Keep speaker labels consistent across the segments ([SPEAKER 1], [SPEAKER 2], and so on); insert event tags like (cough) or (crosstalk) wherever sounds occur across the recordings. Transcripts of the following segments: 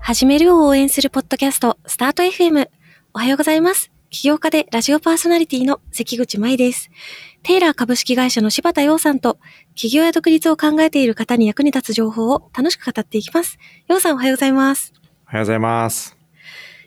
[SPEAKER 1] 始めるを応援するポッドキャスト、スタート FM。おはようございます。起業家でラジオパーソナリティの関口舞です。テイラー株式会社の柴田洋さんと、起業や独立を考えている方に役に立つ情報を楽しく語っていきます。洋さんおはようございます。
[SPEAKER 2] おはようございます。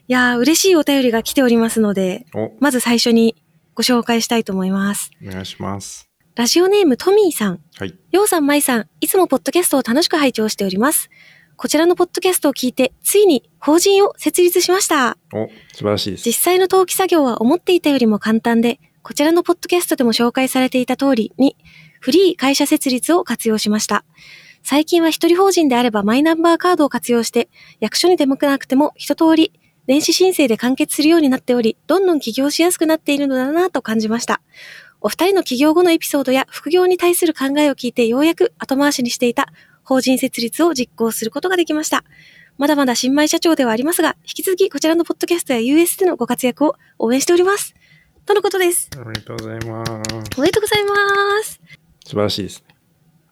[SPEAKER 1] いやー、嬉しいお便りが来ておりますので、
[SPEAKER 2] お、お
[SPEAKER 1] まず最初にご紹介したいと思います。
[SPEAKER 2] 願いします。
[SPEAKER 1] ラジオネームトミーさん。
[SPEAKER 2] はい。
[SPEAKER 1] ようさん、まいさん、いつもポッドキャストを楽しく拝聴しております。こちらのポッドキャストを聞いて、ついに法人を設立しました。
[SPEAKER 2] お、素晴らしいです。
[SPEAKER 1] 実際の登記作業は思っていたよりも簡単で、こちらのポッドキャストでも紹介されていた通りに、フリー会社設立を活用しました。最近は一人法人であればマイナンバーカードを活用して、役所に出向かなくても一通り電子申請で完結するようになっており、どんどん起業しやすくなっているのだなぁと感じました。お二人の起業後のエピソードや副業に対する考えを聞いてようやく後回しにしていた法人設立を実行することができました。まだまだ新米社長ではありますが、引き続きこちらのポッドキャストや US でのご活躍を応援しております。とのことです。
[SPEAKER 2] ありがとうございます。
[SPEAKER 1] おめでとうございます。
[SPEAKER 2] 素晴らしいですね。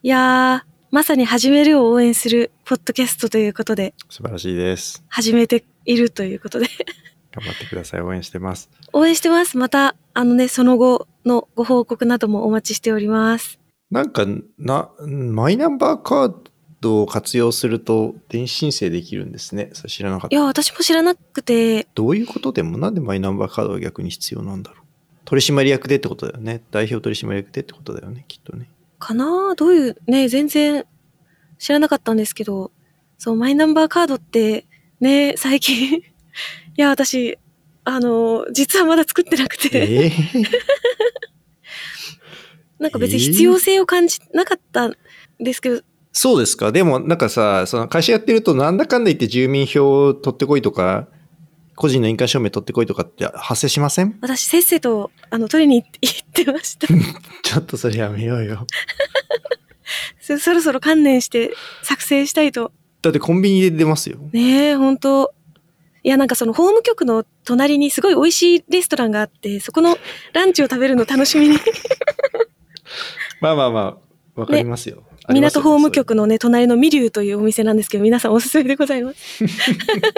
[SPEAKER 1] いやー、まさに始めるを応援するポッドキャストということで、
[SPEAKER 2] 素晴らしいです。
[SPEAKER 1] 始めているということで、 (laughs)
[SPEAKER 2] 頑張ってください。応援してます。
[SPEAKER 1] 応援してます。また、あのね、その後のご報告などもお待ちしております。
[SPEAKER 2] なんか、な、マイナンバーカードを活用すると電子申請できるんですね。それ知らなかっ
[SPEAKER 1] い
[SPEAKER 2] た。
[SPEAKER 1] やー、私も知らなくて、
[SPEAKER 2] どういうことでもなんでマイナンバーカードが逆に必要なんだろう。取締役でってことだよね。代表取締役でってことだよね。きっ
[SPEAKER 1] (laughs)
[SPEAKER 2] とね。
[SPEAKER 1] かなどういう、ね、全然知らなかったんですけど、そう、マイナンバーカードって、ね、最近 (laughs) 、いや、私、あの、実はまだ作ってなくて、
[SPEAKER 2] えー、
[SPEAKER 1] なんか別に
[SPEAKER 2] えー
[SPEAKER 1] 必要性を感じなかったんですけど、
[SPEAKER 2] そうですか。でも、なんかさ、その会社やってると、なんだかんだ言って住民票を取ってこいとか、個人の印鑑証明取ってこいとかって発生しません
[SPEAKER 1] 私、せっせと、あの、取りに行って行ってました。
[SPEAKER 2] (laughs) ちょっとそれやめようよ。
[SPEAKER 1] そそろそろ観念して作成したいと。
[SPEAKER 2] だってコンビニで出ますよ。
[SPEAKER 1] ねえ、本当いや、なんかその法務局の隣にすごい美味しいレストランがあって、そこのランチを食べるの楽しみに
[SPEAKER 2] まあまあまあ、わかりますよ。あります
[SPEAKER 1] 港
[SPEAKER 2] よ
[SPEAKER 1] 法務局のね、隣のミリューというお店なんですけど、皆さんおすすめでございます。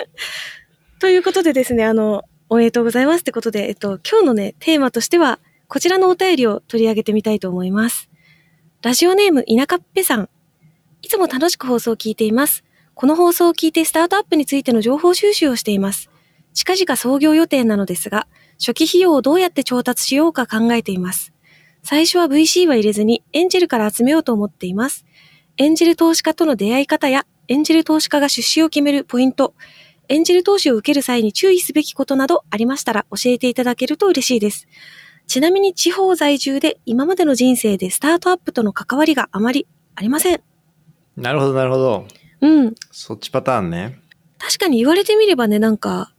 [SPEAKER 2] (laughs)
[SPEAKER 1] ということでですね、あの、おめでとうございますってことで、えっと、今日のね、テーマとしては、こちらのお便りを取り上げてみたいと思います。ラジオネーム、田舎っぺさん。いつも楽しく放送を聞いています。この放送を聞いてスタートアップについての情報収集をしています。近々創業予定なのですが、初期費用をどうやって調達しようか考えています。最初は VC は入れずにエンジェルから集めようと思っています。エンジェル投資家との出会い方や、エンジェル投資家が出資を決めるポイント、エンジェル投資を受ける際に注意すべきことなどありましたら教えていただけると嬉しいです。ちなみに地方在住で今までの人生でスタートアップとの関わりがあまりありません。
[SPEAKER 2] なるほど、なるほど。
[SPEAKER 1] うん。
[SPEAKER 2] そっちパターンね。
[SPEAKER 1] 確かに言われてみればね、なんか、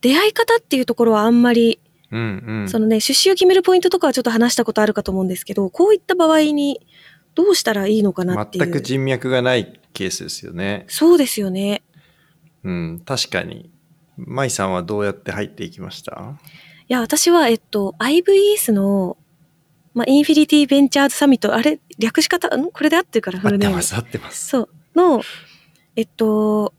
[SPEAKER 1] 出会い方っていうところはあんまり、
[SPEAKER 2] うんうん。
[SPEAKER 1] そのね、出資を決めるポイントとかはちょっと話したことあるかと思うんですけど、こういった場合にどうしたらいいのかなっていう。
[SPEAKER 2] 全く人脈がないケースですよね。
[SPEAKER 1] そうですよね。
[SPEAKER 2] うん、確かに。舞さんはどうやって入っていきました
[SPEAKER 1] いや、私は、えっと、IVS の、まあ、インフィニティベンチャーズサミット、あれ、略し方、んこれで合ってるから、
[SPEAKER 2] 合って
[SPEAKER 1] ネーム
[SPEAKER 2] ます、合ってます。
[SPEAKER 1] そう。の、えっと、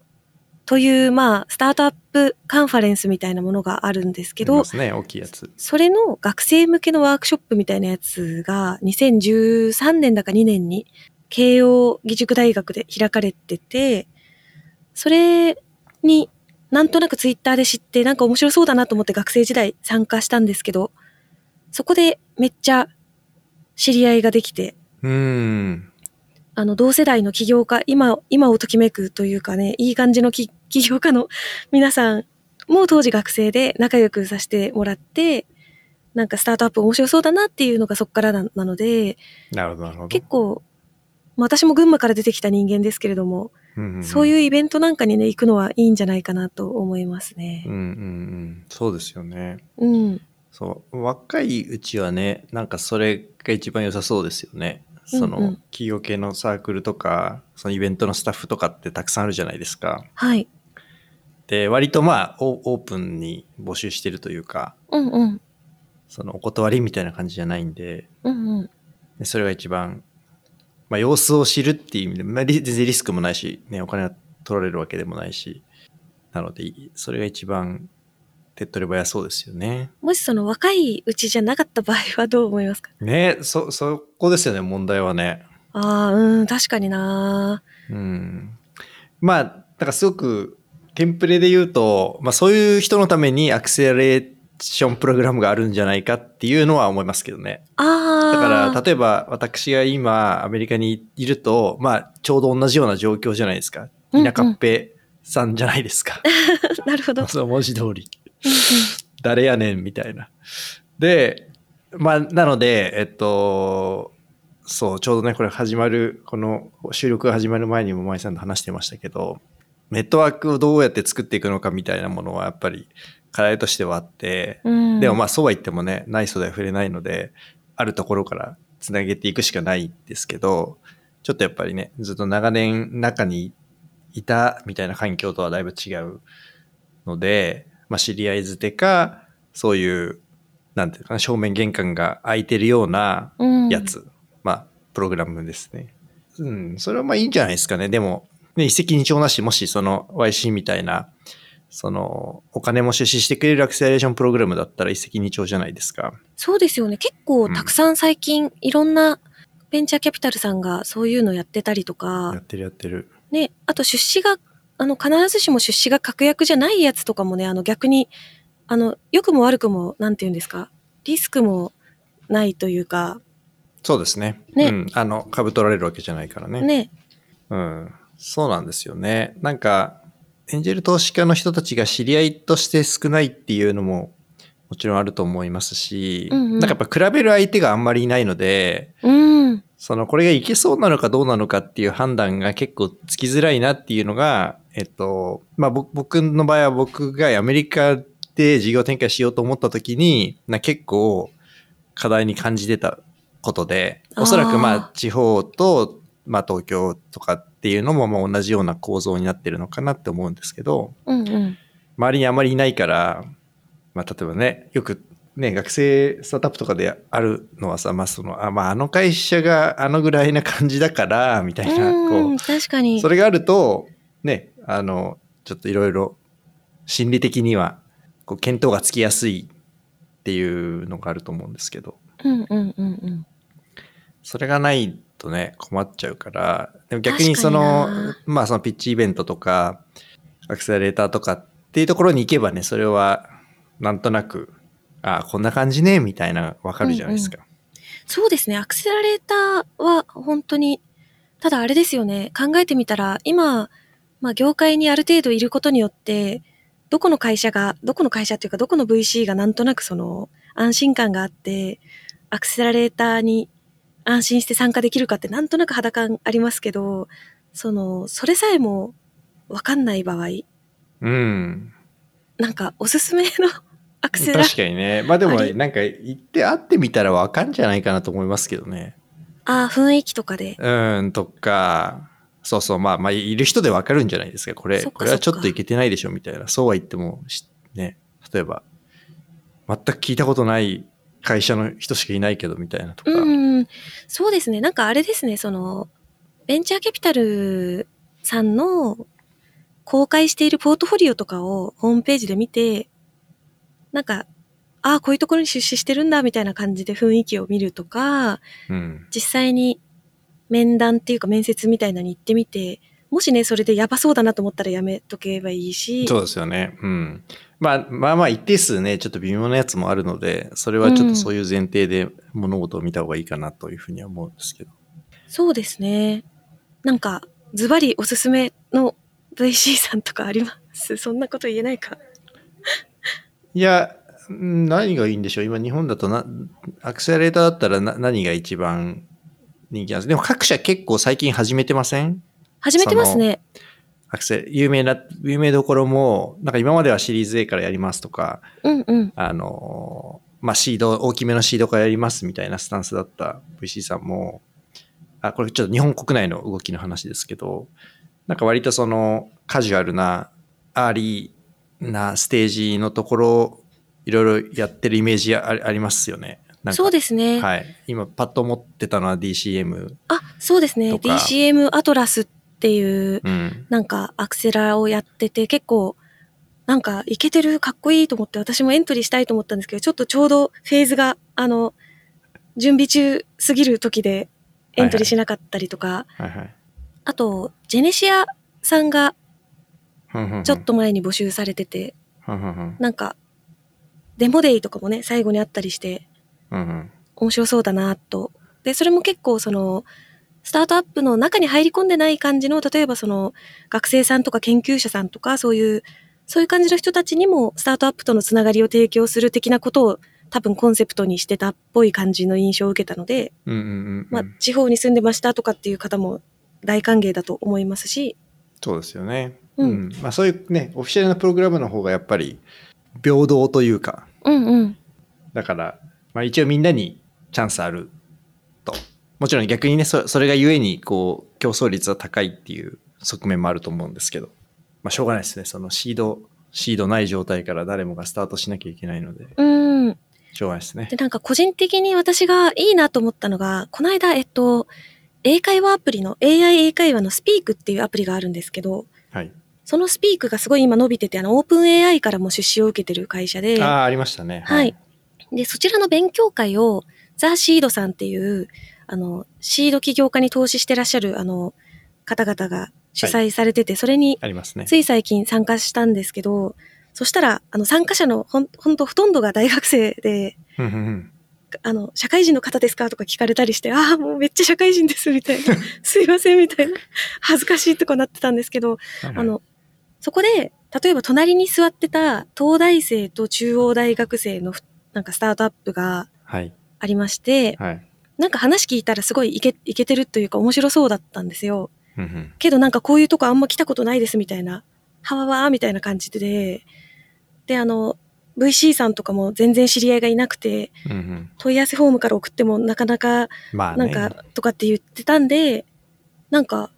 [SPEAKER 1] という、まあ、スタートアップカンファレンスみたいなものがあるんですけ
[SPEAKER 2] あり
[SPEAKER 1] ど
[SPEAKER 2] ま、すね、大きいやつ。
[SPEAKER 1] それの学生向けのワークショップみたいなやつが、2013年だか2年に、慶応義塾大学で開かれてて、それに、なんとなくツイッターで知って、なんか面白そうだなと思って学生時代参加したんですけど、そこでめっちゃ知り合いができて、
[SPEAKER 2] うん。
[SPEAKER 1] あの、同世代の起業家、今、今をときめくというかね、いい感じのき起業家の (laughs) 皆さんも当時学生で仲良くさせてもらって、なんかスタートアップ面白そうだなっていうのがそこからななので、
[SPEAKER 2] なるほど、なるほど
[SPEAKER 1] 結。構、まあ私も群馬から出てきた人間ですけれども、
[SPEAKER 2] うんうん、
[SPEAKER 1] そう
[SPEAKER 2] う
[SPEAKER 1] い
[SPEAKER 2] ん。
[SPEAKER 1] うイベントなんかにね、行くのはいいんじゃないかなと思いますね
[SPEAKER 2] うん。うんうん。そうですよね。
[SPEAKER 1] うん。
[SPEAKER 2] そう。若いうちはね、なんかそれが一番良さそうですよね。その、
[SPEAKER 1] うんうん
[SPEAKER 2] 企業系のサークルとか、そのイベントのスタッフとかってたくさんあるじゃないですか。
[SPEAKER 1] はい。
[SPEAKER 2] で、割とまあ、オオープンに募集してるというか、
[SPEAKER 1] うんうん。
[SPEAKER 2] そのお断りみたいな感じじゃないんで、
[SPEAKER 1] うんうん。
[SPEAKER 2] でそれが一番、まあ、様子を知るっていう意味で、まあ、リ全然リスクもないし、ね、お金は取られるわけでもないし、なので、それが一番手っ取り早そうですよね。
[SPEAKER 1] もしその若いうちじゃなかった場合はどう思いますか
[SPEAKER 2] ねそ、そこですよね、問題はね。
[SPEAKER 1] ああ、うん、確かにな
[SPEAKER 2] うん。まあ、だからすごく、テンプレで言うと、まあそういう人のためにアクセラレーションプログラムがあるんじゃないかっていうのは思いますけどね。
[SPEAKER 1] ああ。
[SPEAKER 2] だから、例えば私が今アメリカにいると、まあちょうど同じような状況じゃないですか。
[SPEAKER 1] うんうん
[SPEAKER 2] 田舎っぺさんじゃないですか。
[SPEAKER 1] なるほ (laughs) ど。うん
[SPEAKER 2] その文字通り。
[SPEAKER 1] うん
[SPEAKER 2] 誰やねんみたいな。で、まあ、なので、えっと、そう、ちょうどね、これ始まる、この収録が始まる前にも舞さんと話してましたけど、ネットワークをどうやって作っていくのかみたいなものはやっぱり課題としてはあって、
[SPEAKER 1] うん
[SPEAKER 2] でもまあそうは言ってもね、ない素材触れないので、あるところからつなげていくしかないんですけど、ちょっとやっぱりね、ずっと長年中にいたみたいな環境とはだいぶ違うので、まあ知り合い捨てか、そういう、なんていうのかな、正面玄関が開いてるような
[SPEAKER 1] うん
[SPEAKER 2] やつ、まあ、プログラムですね。うん、それはまあいいんじゃないですかね。でも、ね、一石二鳥なし、もしその YC みたいな、その、お金も出資してくれるアクセラレーションプログラムだったら一石二鳥じゃないですか。
[SPEAKER 1] そうですよね。結構たくさん最近、いろんなベンチャーキャピタルさんがそういうのやってたりと
[SPEAKER 2] やっ
[SPEAKER 1] か、
[SPEAKER 2] てるやってる。
[SPEAKER 1] ね、あと出資が、あの、必ずしも出資が確約じゃないやつとかもね、あの、逆に、あの、良くも悪くも、なんて言うんですか、リスクもないというか、
[SPEAKER 2] そうですね。
[SPEAKER 1] ね
[SPEAKER 2] うん。あの、株取られるわけじゃないからね。
[SPEAKER 1] ね、
[SPEAKER 2] うん。そうなんですよね。なんか、エンジェル投資家の人たちが知り合いとして少ないっていうのも、もちろんあると思いますし、
[SPEAKER 1] うんうん
[SPEAKER 2] なんかやっぱ比べる相手があんまりいないので、
[SPEAKER 1] うん、
[SPEAKER 2] そのこれがいけそうなのかどうなのかっていう判断が結構つきづらいなっていうのが、えっと、まあ僕僕の場合は僕がアメリカで事業展開しようと思った時に、な結構課題に感じてたことで、おそら
[SPEAKER 1] あー
[SPEAKER 2] くまあ地方と、まあ東京とかっていうのもまあ同じような構造になってるのかなって思うんですけど、
[SPEAKER 1] うん、うん。
[SPEAKER 2] 周りにあまりいないから、まあ、例えばねよくね学生スタートアップとかであるのはさ、まあそのあまあ、あの会社があのぐらいな感じだからみたいな
[SPEAKER 1] う
[SPEAKER 2] こ
[SPEAKER 1] ん、確かに。
[SPEAKER 2] うそれがあるとねあのちょっといろいろ心理的にはこう見当がつきやすいっていうのがあると思うんですけど
[SPEAKER 1] うん、うん、うん、うん。
[SPEAKER 2] それがないとね困っちゃうからでも逆
[SPEAKER 1] 確
[SPEAKER 2] に
[SPEAKER 1] か
[SPEAKER 2] そ
[SPEAKER 1] にな
[SPEAKER 2] のまあそのピッチイベントとかアクセラレーターとかっていうところに行けばねそれはなんとなくあこんな感じねみたいなわかるじゃないですか、
[SPEAKER 1] そうですね。アクセラレーターは本当に、ただあれですよね。考えてみたら、今、まあ業界にある程度いることによって、どこの会社が、どこの会社っていうか、どこの VC がなんとなくその安心感があって、アクセラレーターに安心して参加できるかってなんとなく肌感ありますけど、その、それさえもわかんない場合、
[SPEAKER 2] うん
[SPEAKER 1] なんかおすすめのアクセラ
[SPEAKER 2] 確かにねまあでも
[SPEAKER 1] あり
[SPEAKER 2] なんか行って会ってみたらわかんじゃないかなと思いますけどね
[SPEAKER 1] あー雰囲気とかで。
[SPEAKER 2] うんとかそうそうまあまあいる人でわかるんじゃないですかこれ
[SPEAKER 1] そっか
[SPEAKER 2] これはちょ
[SPEAKER 1] そ
[SPEAKER 2] っ
[SPEAKER 1] っ
[SPEAKER 2] と
[SPEAKER 1] か
[SPEAKER 2] いけてないでしょみたいなそうは言ってもしね例えば全く聞いたことない会社の人しかいないけどみたいなとか、
[SPEAKER 1] うん、そうですね。なんかあれですね、その、ベンチャーキャピタルさんの公開しているポートフォリオとかをホームページで見て、なんか、ああ、こういうところに出資してるんだ、みたいな感じで雰囲気を見るとか、
[SPEAKER 2] うん
[SPEAKER 1] 実際に面談っていうか面接みたいなのに行ってみて、もしね、それでやばそうだなと思ったらやめとけばいいし、
[SPEAKER 2] そうですよね、うんまあ、まあまあ一定数ねちょっと微妙なやつもあるのでそれはちょっとそういう前提で物事を見た方がいいかなというふうには思うんですけど、
[SPEAKER 1] そうですね。なんか、ズバリおすすめの VC さんとかありますそんなこと言えないか。
[SPEAKER 2] いやうん何がいいんでしょう今日本だとなアクセラレーターだったらな何が一番人気なんですかでも各社結構最近始めてません
[SPEAKER 1] 始めてますね。
[SPEAKER 2] アクセ有名な、有名どころも、なんか今まではシリーズ A からやりますとか、
[SPEAKER 1] うんうん。
[SPEAKER 2] あのーまあ、シード、大きめのシードからやりますみたいなスタンスだった VC さんも、あ、これちょっと日本国内の動きの話ですけど、なんか割とそのカジュアルな、アーリーなステージのところ、いろいろやってるイメージあありますよね。なんか
[SPEAKER 1] そうですね。
[SPEAKER 2] はい。今パッと思ってたのは DCM。
[SPEAKER 1] あ、そうですね。
[SPEAKER 2] とか
[SPEAKER 1] DCM アトラスっていう、
[SPEAKER 2] うん。
[SPEAKER 1] なんかアクセラをやってて、結構なんか、いけてる、かっこいいと思って、私もエントリーしたいと思ったんですけど、ちょっとちょうどフェーズが、あの、準備中すぎる時で、エントリーしなかったりとか、
[SPEAKER 2] はいはい
[SPEAKER 1] あと、ジェネシアさんが
[SPEAKER 2] ふんふんふん。
[SPEAKER 1] ちょっと前に募集されてて、
[SPEAKER 2] ふんふんふん。
[SPEAKER 1] なんか、デモデイとかもね、最後にあったりして、
[SPEAKER 2] うんうん。
[SPEAKER 1] 面白そうだなと。で、それも結構その、スタートアップの中に入り込んでない感じの、例えばその、学生さんとか研究者さんとか、そういう、そういう感じの人たちにも、スタートアップとのつながりを提供する的なことを、多分コンセプトにしてたっぽい感じの印象を受けたので、
[SPEAKER 2] うんうんうんうん。
[SPEAKER 1] まあ、地方に住んでましたとかっていう方も大歓迎だと思いますし、
[SPEAKER 2] そうですよね。
[SPEAKER 1] うん
[SPEAKER 2] まあ、そういうね、オフィシャルなプログラムの方がやっぱり平等というか、
[SPEAKER 1] うんうん。
[SPEAKER 2] だから、まあ、一応みんなにチャンスあると。もちろん逆にね、そそれが故にこう競争率は高いっていう側面もあると思うんですけど、まあ、しょうがないですね。そのシード、シードない状態から誰もがスタートしなきゃいけないので、
[SPEAKER 1] うん。
[SPEAKER 2] しょうがないですね
[SPEAKER 1] で、。なんか個人的に私がいいなと思ったのが、この間、えっと、英会話アプリの AI 英会話のスピークっていうアプリがあるんですけど、
[SPEAKER 2] はい。
[SPEAKER 1] そのスピークがすごい今伸びてて、あの、オープン AI からも出資を受けてる会社で、
[SPEAKER 2] ああ、ありましたね。
[SPEAKER 1] はい。で、そちらの勉強会を、ザ・シードさんっていう、あの、シード起業家に投資してらっしゃる、あの、方々が主催されてて、それに
[SPEAKER 2] ありますね。
[SPEAKER 1] つい最近参加したんですけど、そしたら、あの、参加者のほん、ほんとほとんどが大学生で、
[SPEAKER 2] うんうんうん
[SPEAKER 1] あの、社会人の方ですかとか聞かれたりして、ああ、もうめっちゃ社会人です、みたい
[SPEAKER 2] (laughs)
[SPEAKER 1] な。すいません、みたいな。恥ずかしいとかなってたんですけど、
[SPEAKER 2] はいはい
[SPEAKER 1] あの、そこで、例えば隣に座ってた東大生と中央大学生のふなんかスタートアップが
[SPEAKER 2] はい。
[SPEAKER 1] ありまして、
[SPEAKER 2] はい。
[SPEAKER 1] なんか話聞いたらすごいいけ、いけてるというか面白そうだったんですよ。
[SPEAKER 2] うんうん
[SPEAKER 1] けどなんかこういうとこあんま来たことないですみたいな、はわわーみたいな感じで、で、あの、VC さんとかも全然知り合いがいなくて、
[SPEAKER 2] うんうん
[SPEAKER 1] 問い合わせフォームから送ってもなかなか
[SPEAKER 2] まあ
[SPEAKER 1] な
[SPEAKER 2] ね。
[SPEAKER 1] んか、とかって言ってたんで、なんか、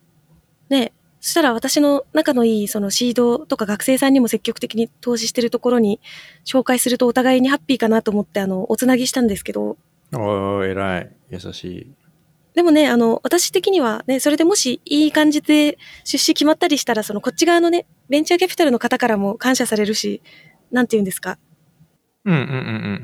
[SPEAKER 1] ね、そしたら私の仲のいい、そのシードとか学生さんにも積極的に投資してるところに紹介するとお互いにハッピーかなと思って、あの、おつなぎしたんですけど、
[SPEAKER 2] おー、偉い。優しい。
[SPEAKER 1] でもね、あの、私的にはね、それでもしいい感じで出資決まったりしたら、そのこっち側のね、ベンチャーキャピタルの方からも感謝されるし、なんて言うんですか、
[SPEAKER 2] うんうんうんう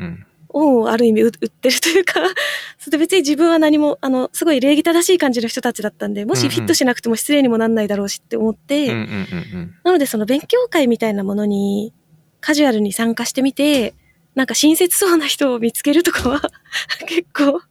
[SPEAKER 2] ん
[SPEAKER 1] 恩をある意味う売ってるというか、 (laughs) それで別に自分は何も、あの、すごい礼儀正しい感じの人たちだったんで、も
[SPEAKER 2] うん
[SPEAKER 1] し
[SPEAKER 2] うん
[SPEAKER 1] フィットしなくても失礼にもなんないだろうしって思って、
[SPEAKER 2] うん。うんうんうんうん。
[SPEAKER 1] なのでその勉強会みたいなものにカジュアルに参加してみて、なんか親切そうな人を見つけるとかは、 (laughs) 結構、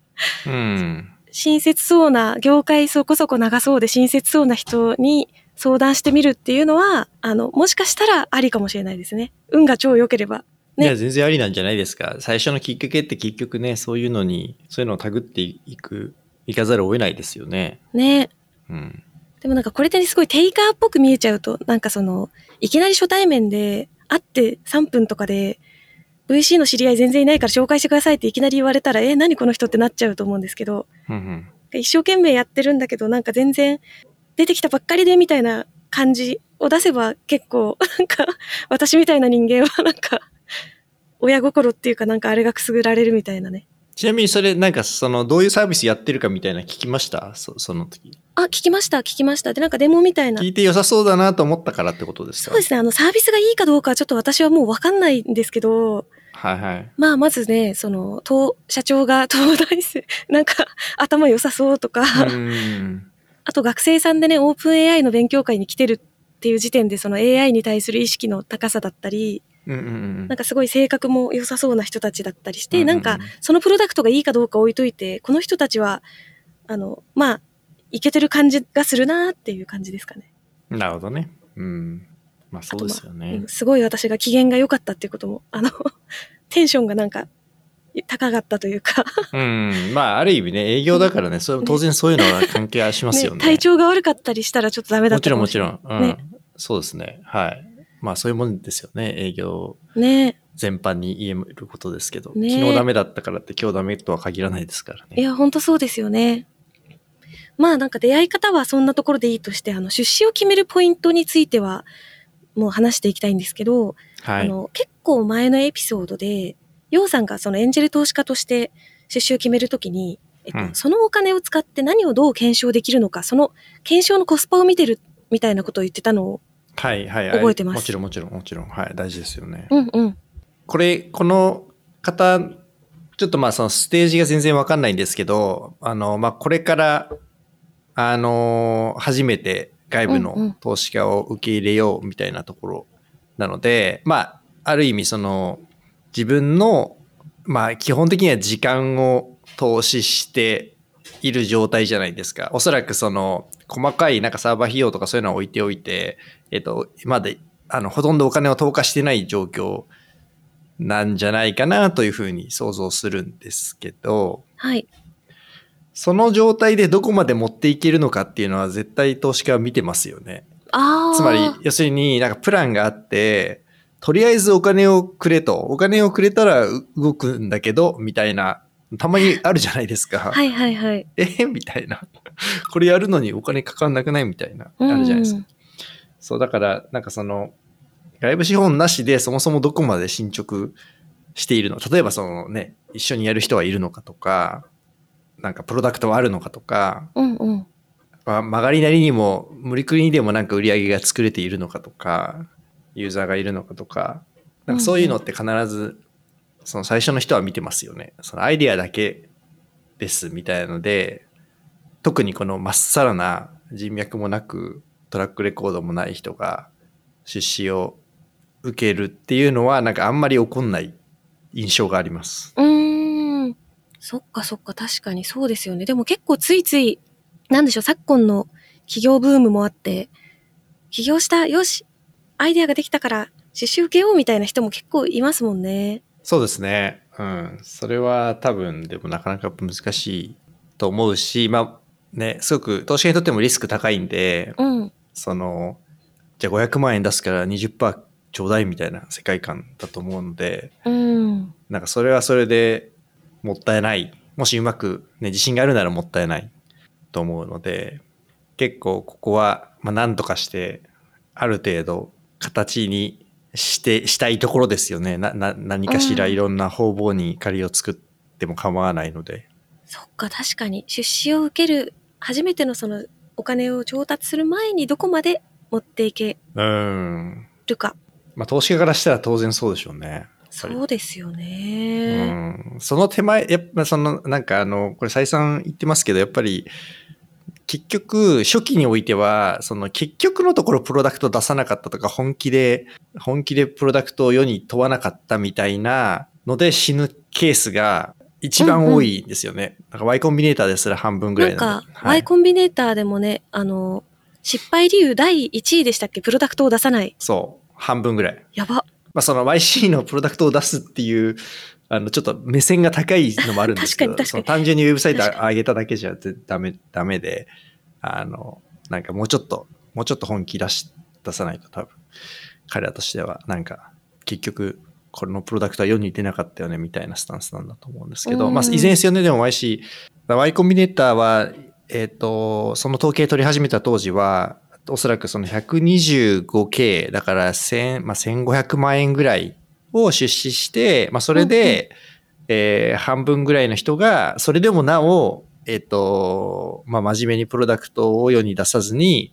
[SPEAKER 2] うん。
[SPEAKER 1] 親切そうな、業界そこそこ長そうで親切そうな人に相談してみるっていうのは、あの、もしかしたらありかもしれないですね。運が超良ければ。
[SPEAKER 2] い
[SPEAKER 1] ね
[SPEAKER 2] や、全然ありなんじゃないですか。最初のきっかけって結局ね、そういうのに、そういうのをたぐっていく、いかざるを得ないですよね。
[SPEAKER 1] ね
[SPEAKER 2] うん。
[SPEAKER 1] でもなんかこれってすごいテイカーっぽく見えちゃうと、なんかその、いきなり初対面で会って3分とかで、VC の知り合い全然いないから紹介してくださいっていきなり言われたら、え、何この人ってなっちゃうと思うんですけど、
[SPEAKER 2] うんうん。
[SPEAKER 1] 一生懸命やってるんだけど、なんか全然出てきたばっかりでみたいな感じを出せば結構、なんか私みたいな人間はなんか、親心っていうかなんかあれがくすぐられるみたいなね。
[SPEAKER 2] ちなみにそれ、なんかその、どういうサービスやってるかみたいなの聞きましたそその時。
[SPEAKER 1] あ、聞きました、聞きました。で、なんかデモみたいな
[SPEAKER 2] 聞いて良さそうだなと思ったからってことですか
[SPEAKER 1] そうですね。あの、サービスがいいかどうかはちょっと私はもうわかんないんですけど、
[SPEAKER 2] はいはい。
[SPEAKER 1] まあ、まずね、その、と社長が (laughs) 東大生、なんか、頭良さそうとか、
[SPEAKER 2] うん。
[SPEAKER 1] あと学生さんでね、オープン AI の勉強会に来てるっていう時点で、その AI に対する意識の高さだったり、
[SPEAKER 2] うんうんうん
[SPEAKER 1] なんかすごい性格も良さそうな人たちだったりして、
[SPEAKER 2] うんうんうん
[SPEAKER 1] なんか、そのプロダクトがいいかどうか置いといて、この人たちは、あの、まあ、いけてる感じがするなっていう感じですかね。
[SPEAKER 2] うん。なるほどね。うん。まあそうですよね。
[SPEAKER 1] うんすごい私が機嫌が良かったっていうことも、あの、 (laughs) テンションがなんか高かったというか、
[SPEAKER 2] うん。まあある意味ね、営業だからね、それ当然そういうのは関係はしますよね。
[SPEAKER 1] 体調が悪かったりしたらちょっとダメだ
[SPEAKER 2] も
[SPEAKER 1] った
[SPEAKER 2] ち
[SPEAKER 1] か
[SPEAKER 2] ろんも
[SPEAKER 1] し
[SPEAKER 2] ち
[SPEAKER 1] れ
[SPEAKER 2] ろ
[SPEAKER 1] ない
[SPEAKER 2] ん。うん、
[SPEAKER 1] ね
[SPEAKER 2] そうですね。はい。まあそういうもんですよね。営業
[SPEAKER 1] ね
[SPEAKER 2] 全般に言えることですけど、
[SPEAKER 1] ね
[SPEAKER 2] 昨日ダメだったからって今日ダメとは限らないですから
[SPEAKER 1] い
[SPEAKER 2] ね。
[SPEAKER 1] や、ほんとそうですよね。まあなんか出会い方はそんなところでいいとして、あの、出資を決めるポイントについては、もう話していきたいんですけど、
[SPEAKER 2] は
[SPEAKER 1] あ
[SPEAKER 2] い。
[SPEAKER 1] の、結構前のエピソードで、ようさんがそのエンジェル投資家として出資を決めるときに、えっと
[SPEAKER 2] うん
[SPEAKER 1] そのお金を使って何をどう検証できるのか、その検証のコスパを見てるみたいなことを言ってたのを
[SPEAKER 2] はいはい、
[SPEAKER 1] 覚えてます
[SPEAKER 2] もちろんもちろんもちろん。はい、大事ですよね。
[SPEAKER 1] うんうん。
[SPEAKER 2] これ、この方、ちょっとまあそのステージが全然わかんないんですけど、あの、まあこれから、あのー初めて外部
[SPEAKER 1] うんうん
[SPEAKER 2] の投資家を受け入れようみたいなところなので、まあ、ある意味その自分の、まあ基本的には時間を投資している状態じゃないですか。おそらくその細かいなんかサーバー費用とかそういうのは置いておいて、えっと、まだあのほとんどお金を投下してない状況なんじゃないかなというふうに想像するんですけど、
[SPEAKER 1] はい。
[SPEAKER 2] その状態でどこまで持っていけるのかっていうのは絶対投資家は見てますよね。
[SPEAKER 1] ああ。
[SPEAKER 2] つまり、要するになんかプランがあって、とりあえずお金をくれと、お金をくれたらう動くんだけど、みたいな、たまにあるじゃないですか。
[SPEAKER 1] はいはいはい。
[SPEAKER 2] (laughs) えみたいな。これやるのにお金かかんなくないみたいな、
[SPEAKER 1] うん
[SPEAKER 2] あるじゃないですか。そう、だから、なんかその、外部資本なしでそもそもどこまで進捗しているの例えばそのね、一緒にやる人はいるのかとか、なんかプロダクトはあるのかとか、
[SPEAKER 1] うんうん。
[SPEAKER 2] まあ、曲がりなりにも無理くりにでもなんか売り上げが作れているのかとか、ユーザーがいるのかとか、なんかそういうのって必ず、その最初の人は見てますよね。そのアイディアだけですみたいなので、特にこのまっさらな人脈もなく、トラックレコードもない人が出資を受けるっていうのは、なんかあんまり起こんない印象があります。
[SPEAKER 1] うーん。そっかそっか、確かにそうですよね。でも結構ついつい、なんでしょう、昨今の起業ブームもあって、起業した、よし、アイデアができたから、出資受けようみたいな人も結構いますもんね。
[SPEAKER 2] そうですね。うん。それは多分、でもなかなか難しいと思うし、まあね、すごく投資家にとってもリスク高いんで、
[SPEAKER 1] うん。
[SPEAKER 2] その、じゃあ500万円出すから20%ちょうだいみたいな世界観だと思うので、
[SPEAKER 1] うん。
[SPEAKER 2] なんかそれはそれでもったいない。もしうまくね、自信があるならもったいないと思うので、結構ここは、まあなんとかして、ある程度形にして、したいところですよね。な、な、何かしら
[SPEAKER 1] うん
[SPEAKER 2] いろんな方々に借りを作っても構わないので。
[SPEAKER 1] そっか、確かに。出資を受ける、初めてのその、お金を調達する前にどこまで持っていけ
[SPEAKER 2] うん。
[SPEAKER 1] るか。
[SPEAKER 2] まあ投資家からしたら当然そうでしょうね。ぱり
[SPEAKER 1] そうですよ
[SPEAKER 2] う
[SPEAKER 1] ね。
[SPEAKER 2] んその手前、やっぱその、なんかあの、これ再三言ってますけど、やっぱり、結局、初期においては、その結局のところプロダクト出さなかったとか、本気で、本気でプロダクトを世に問わなかったみたいなので死ぬケースが一番多いんですよね。なんか Y コンビネーターですら半分ぐら
[SPEAKER 1] ないん
[SPEAKER 2] の
[SPEAKER 1] か、
[SPEAKER 2] は
[SPEAKER 1] Y
[SPEAKER 2] い、
[SPEAKER 1] コンビネーターでもね、あの、失敗理由第1位でしたっけプロダクトを出さない。
[SPEAKER 2] そう、半分ぐらい。
[SPEAKER 1] やば。
[SPEAKER 2] まあ、その YC のプロダクトを出すっていう、あの、ちょっと目線が高いのもあるんですけど、
[SPEAKER 1] 確かに確かに
[SPEAKER 2] その単純にウェブサイト
[SPEAKER 1] 確か
[SPEAKER 2] 上げただけじゃ絶ダメ、ダメで、あの、なんかもうちょっと、もうちょっと本気出し、出さないと多分、彼らとしては、なんか、結局、このプロダクトは世に出なかったよね、みたいなスタンスなんだと思うんですけ
[SPEAKER 1] う
[SPEAKER 2] ど、
[SPEAKER 1] ん
[SPEAKER 2] まあ、いずれにせよね、でも YC、Y コンビネーターは、えっ、と、その統計取り始めた当時は、おそらくその 125K、だから1000、まあ、1500万円ぐらいを出資して、まあ、それで、えー半分ぐらいの人が、それでもなお、えっ、と、まあ、真面目にプロダクトを世に出さずに、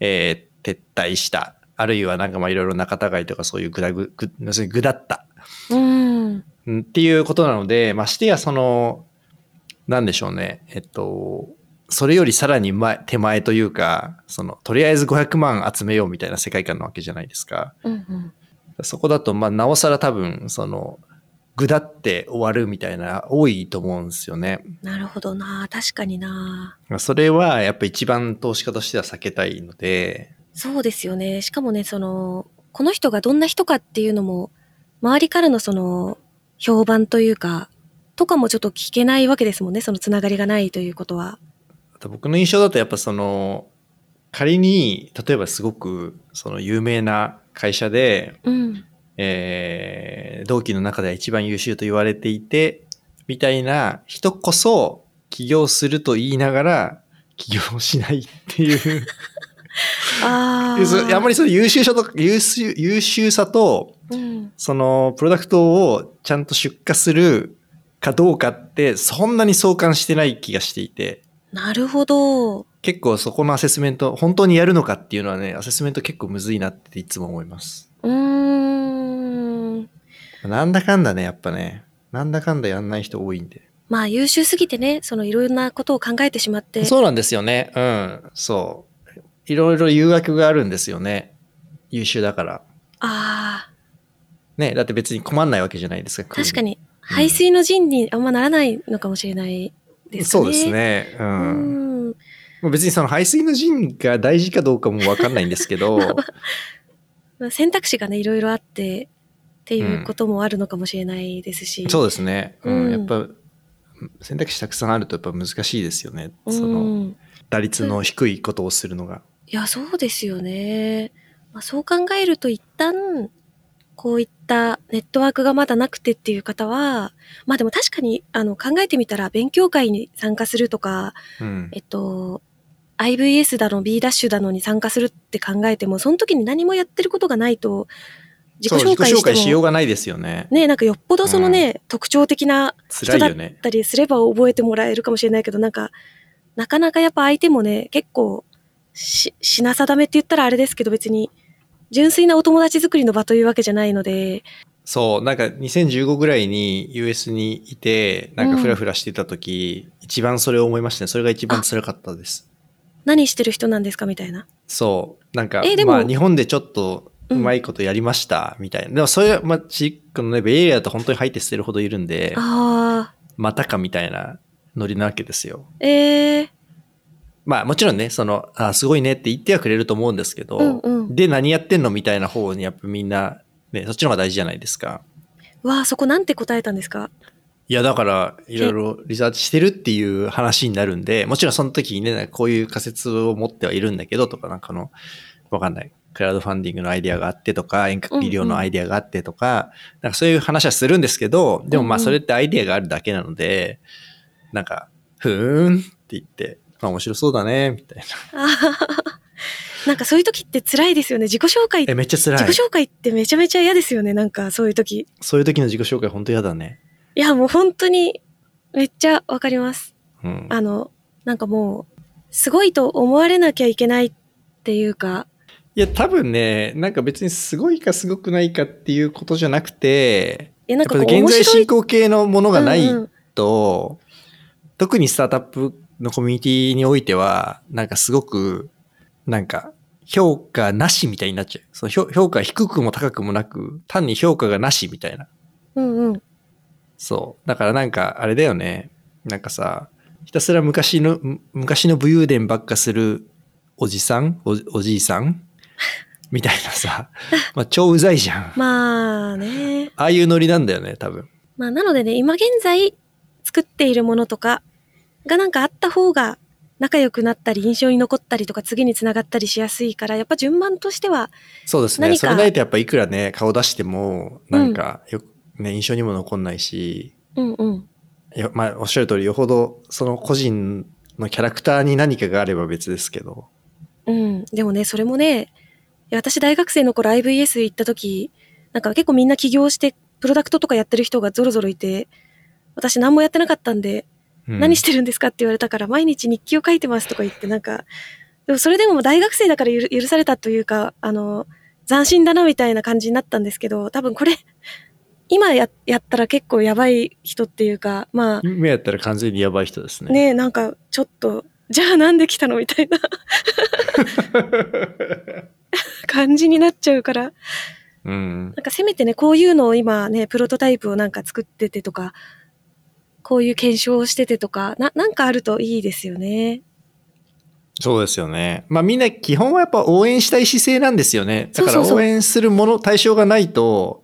[SPEAKER 2] えー撤退した。あるいはなんかまあいろいろ仲違いとかそういうぐだぐ、ぐ、要するにぐだった
[SPEAKER 1] うん。
[SPEAKER 2] うんっていうことなので、ましてやその、なんでしょうね、えっと、それよりさらに前手前というか、その、とりあえず500万集めようみたいな世界観なわけじゃないですか。
[SPEAKER 1] うんうん。
[SPEAKER 2] そこだと、まあ、なおさら多分、その、ぐだって終わるみたいな、多いと思うんですよね。
[SPEAKER 1] なるほどな。確かにな。
[SPEAKER 2] それは、やっぱ一番投資家としては避けたいので、
[SPEAKER 1] そうですよね。しかもね、その、この人がどんな人かっていうのも、周りからのその、評判というか、とかもちょっと聞けないわけですもんね。そのつながりがないということは。
[SPEAKER 2] あと僕の印象だとやっぱその仮に例えばすごくその有名な会社で、
[SPEAKER 1] うん。
[SPEAKER 2] えー同期の中では一番優秀と言われていてみたいな人こそ起業すると言いながら起業しないっていう
[SPEAKER 1] あ
[SPEAKER 2] そ
[SPEAKER 1] あ。
[SPEAKER 2] うあんまりその優秀さと優秀優秀さと
[SPEAKER 1] うん。
[SPEAKER 2] そのプロダクトをちゃんと出荷するかどうかってそんなに相関してない気がしていて。
[SPEAKER 1] なるほど。
[SPEAKER 2] 結構そこのアセスメント、本当にやるのかっていうのはね、アセスメント結構むずいなっていつも思います。
[SPEAKER 1] うーん。
[SPEAKER 2] なんだかんだね、やっぱね、なんだかんだやんない人多いんで。
[SPEAKER 1] まあ優秀すぎてね、そのいろんなことを考えてしまって。
[SPEAKER 2] そうなんですよね。うん。そう。いろいろ誘惑があるんですよね。優秀だから。
[SPEAKER 1] ああ、
[SPEAKER 2] ね、だって別に困んないわけじゃないですか。
[SPEAKER 1] 確かに。排水の陣にあんまならないのかもしれないですね。
[SPEAKER 2] そうです。ね。う。
[SPEAKER 1] うんん。
[SPEAKER 2] まあ別にその排水の陣が大事かどうかもわかんないんです
[SPEAKER 1] (laughs)
[SPEAKER 2] けど、
[SPEAKER 1] まあ選択肢がね、いろいろあって、っていうこともあるのかもしれないですし。
[SPEAKER 2] そうですね。うん。
[SPEAKER 1] う
[SPEAKER 2] や
[SPEAKER 1] ん
[SPEAKER 2] っぱ、選択肢たくさんあるとやっぱ難しいですよね。その、
[SPEAKER 1] うん。
[SPEAKER 2] 打率の低いことをするのが。
[SPEAKER 1] いや、そうですよね。まあ、そう考えると一旦、こういったネットワークがまだなくてっていう方は、まあでも確かにあの考えてみたら勉強会に参加するとか、
[SPEAKER 2] うん
[SPEAKER 1] え。っと、IVS だの B ダッシュだのに参加するって考えても、その時に何もやってることがないと、自己
[SPEAKER 2] そう
[SPEAKER 1] 紹介
[SPEAKER 2] 自己紹介
[SPEAKER 1] し
[SPEAKER 2] してよう
[SPEAKER 1] も、
[SPEAKER 2] がないですよね。
[SPEAKER 1] ね、なんかよっぽどそのね、特徴的な
[SPEAKER 2] 辛いよね
[SPEAKER 1] だっ。たりすれば覚えてもらえるかもしれないけど、なんか、なかなかやっぱ相手もね、結構、し、品定めって言ったらあれですけど、別に、純粋なお友達作りの場というわけじゃないので、
[SPEAKER 2] そう、なんか2015ぐらいに US にいて、なんかフラフラしてた時、一番それを思いましたね。それが一番辛かったです。
[SPEAKER 1] 何してる人なんですかみたいな。
[SPEAKER 2] そう。なんか、
[SPEAKER 1] えでも
[SPEAKER 2] まあ日本でちょっとうまいことやりました、みたいな。でもそれは、まあ、ちこのね、ベイエリアだと本当に入って捨てるほどいるんで、
[SPEAKER 1] ああ、
[SPEAKER 2] またかみたいなノリなわけですよ。
[SPEAKER 1] ええー、
[SPEAKER 2] まあもちろんね、その、あすごいねって言ってはくれると思うんですけど、
[SPEAKER 1] うんうん
[SPEAKER 2] で、何やってんのみたいな方にやっぱみんな、ね、そっちの方が大事じゃないですか。
[SPEAKER 1] わあ、そこなんて答えたんですか
[SPEAKER 2] いや、だから、いろいろリサーチしてるっていう話になるんで、もちろんその時にね、なんかこういう仮説を持ってはいるんだけどとか、なんかあの、わかんない。クラウドファンディングのアイディアがあってとか、遠隔医療のアイディアがあってとか、なんかそういう話はするんですけど、でもまあ
[SPEAKER 1] うんうん
[SPEAKER 2] それってアイディアがあるだけなので、なんか、ふーんって言って、まあ面白そうだね、みたいな。
[SPEAKER 1] あははは (laughs) なんかそういう時って辛いですよね。自己紹介、
[SPEAKER 2] え、
[SPEAKER 1] 自
[SPEAKER 2] めっちゃ辛い。
[SPEAKER 1] 己紹介ってめちゃめちゃ嫌ですよね。なんかそういう時。
[SPEAKER 2] そういう時の自己紹介本当嫌だね。
[SPEAKER 1] いや、もう本当に、めっちゃわかります。
[SPEAKER 2] うん。
[SPEAKER 1] あの、なんかもう、すごいと思われなきゃいけないっていうか、
[SPEAKER 2] いや、多分ね、なんか別にすごいかすごくないかっていうことじゃなくて、
[SPEAKER 1] いや、なんか
[SPEAKER 2] や
[SPEAKER 1] こ
[SPEAKER 2] っ
[SPEAKER 1] う
[SPEAKER 2] ぱり
[SPEAKER 1] 面
[SPEAKER 2] 現在
[SPEAKER 1] 白い
[SPEAKER 2] 進。行形のものがない
[SPEAKER 1] うんうん
[SPEAKER 2] と、特にスタートアップのコミュニティにおいては、なんかすごく、なんか、評価なしみたいになっちゃう。その評評価低くも高くもなく、単に評価がなしみたいな。
[SPEAKER 1] うんうん。
[SPEAKER 2] そう。だからなんか、あれだよね。なんかさ、ひたすら昔の、む昔の武勇伝ばっかするおじさんおじおじいさんみたい
[SPEAKER 1] (laughs)
[SPEAKER 2] なさ、まあ、超うざいじゃん。あ
[SPEAKER 1] まあね。
[SPEAKER 2] あいうノリなんだよね、多分。
[SPEAKER 1] まあなのでね、今現在作っているものとかがなんかあった方が仲良くなったり、印象に残ったりとか、次につながったりしやすいから、やっぱ順番としては、
[SPEAKER 2] そうですね。
[SPEAKER 1] 何か
[SPEAKER 2] それないとやっぱいくらね、顔出しても、なんか、よく、ね、印象にも残んないし、
[SPEAKER 1] うんうん。
[SPEAKER 2] よまあ、おっしゃる通り、よほど、その個人のキャラクターに何かがあれば別ですけど。
[SPEAKER 1] うん。でもね、それもね、いや私大学生の頃 IVS 行った時、なんか結構みんな起業して、プロダクトとかやってる人がゾロゾロいて、私何もやってなかったんで、
[SPEAKER 2] うん
[SPEAKER 1] 何してるんですかって言われたから、毎日日記を書いてますとか言って、なんか、でもそれでも大学生だからゆる許されたというか、あの、斬新だなみたいな感じになったんですけど、多分これ、今ややったら結構やばい人っていうか、ま
[SPEAKER 2] 目やったら完全にやばい人です
[SPEAKER 1] あね、なんかちょっと、じゃあなんで来たのみた
[SPEAKER 2] (laughs)
[SPEAKER 1] いな感じになっちゃうから、
[SPEAKER 2] うん。
[SPEAKER 1] なんかせめてね、こういうのを今ね、プロトタイプをなんか作っててとか、こういう検証をしててとか、な、なんかあるといいですよね。
[SPEAKER 2] そうですよね。まあみんな基本はやっぱ応援したい姿勢なんですよね。だか
[SPEAKER 1] そ
[SPEAKER 2] ら
[SPEAKER 1] うそうそう
[SPEAKER 2] 応援するもの、対象がないと、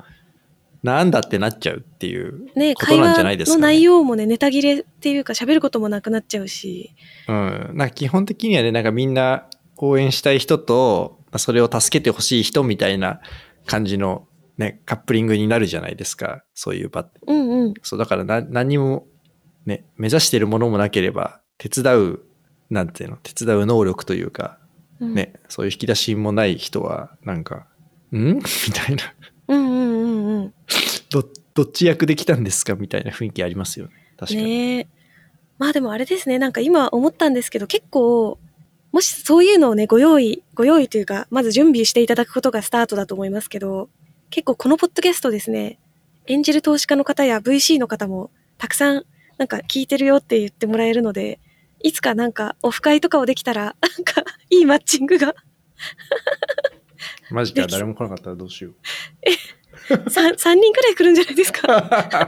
[SPEAKER 2] なんだってなっちゃうっていう
[SPEAKER 1] ね、
[SPEAKER 2] こと
[SPEAKER 1] 会
[SPEAKER 2] なん
[SPEAKER 1] 話
[SPEAKER 2] じゃないです
[SPEAKER 1] の
[SPEAKER 2] か、ね。
[SPEAKER 1] 内容もね、ネタ切れっていうか喋ることもなくなっちゃうし、
[SPEAKER 2] うん。なんか基本的にはね、なんかみんな応援したい人と、まあそれを助けてほしい人みたいな感じのね、カップリングになるじゃないですか。そういう場って。
[SPEAKER 1] うんうん。
[SPEAKER 2] そう、だからな何にもね、目指してるものもなければ、手伝う、なんていうの、手伝う能力というか、
[SPEAKER 1] うん、
[SPEAKER 2] ね、そういう引き出しもない人は、なんか、ん (laughs) みたいな。
[SPEAKER 1] うんうんうんうん。
[SPEAKER 2] ど、どっち役できたんですかみたいな雰囲気ありますよね。確かに。
[SPEAKER 1] ねまあでもあれですね、なんか今思ったんですけど、結構、もしそういうのをね、ご用意、ご用意というか、まず準備していただくことがスタートだと思いますけど、結構このポッドキャストですね、エンジェル投資家の方や VC の方もたくさんなんか聞いてるよって言ってもらえるので、いつかなんかオフ会とかをできたら、なんかいいマッチングが
[SPEAKER 2] マジか、誰も来なかったらどうしよう。
[SPEAKER 1] 3, 3人くらい来るんじゃないですか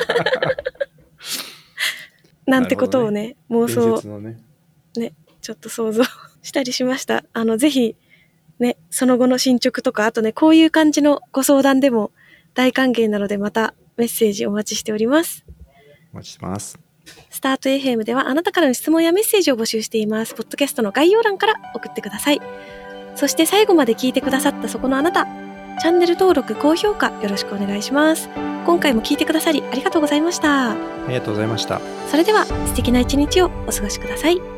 [SPEAKER 2] (laughs)
[SPEAKER 1] なんてことをね、妄
[SPEAKER 2] 伝
[SPEAKER 1] 想
[SPEAKER 2] 説のね。
[SPEAKER 1] ちょっと想像したりしました。あの、ぜひ、ね、その後の進捗とか、あとね、こういう感じのご相談でも大歓迎なので、またメッセージお待ちしております。
[SPEAKER 2] お待ちしてます。
[SPEAKER 1] スタート FM ではあなたからの質問やメッセージを募集しています。ポッドキャストの概要欄から送ってください。そして最後まで聞いてくださったそこのあなた、チャンネル登録、高評価よろしくお願いします。今回も聞いてくださりありがとうございました。
[SPEAKER 2] ありがとうございました。
[SPEAKER 1] それでは素敵な一日をお過ごしください。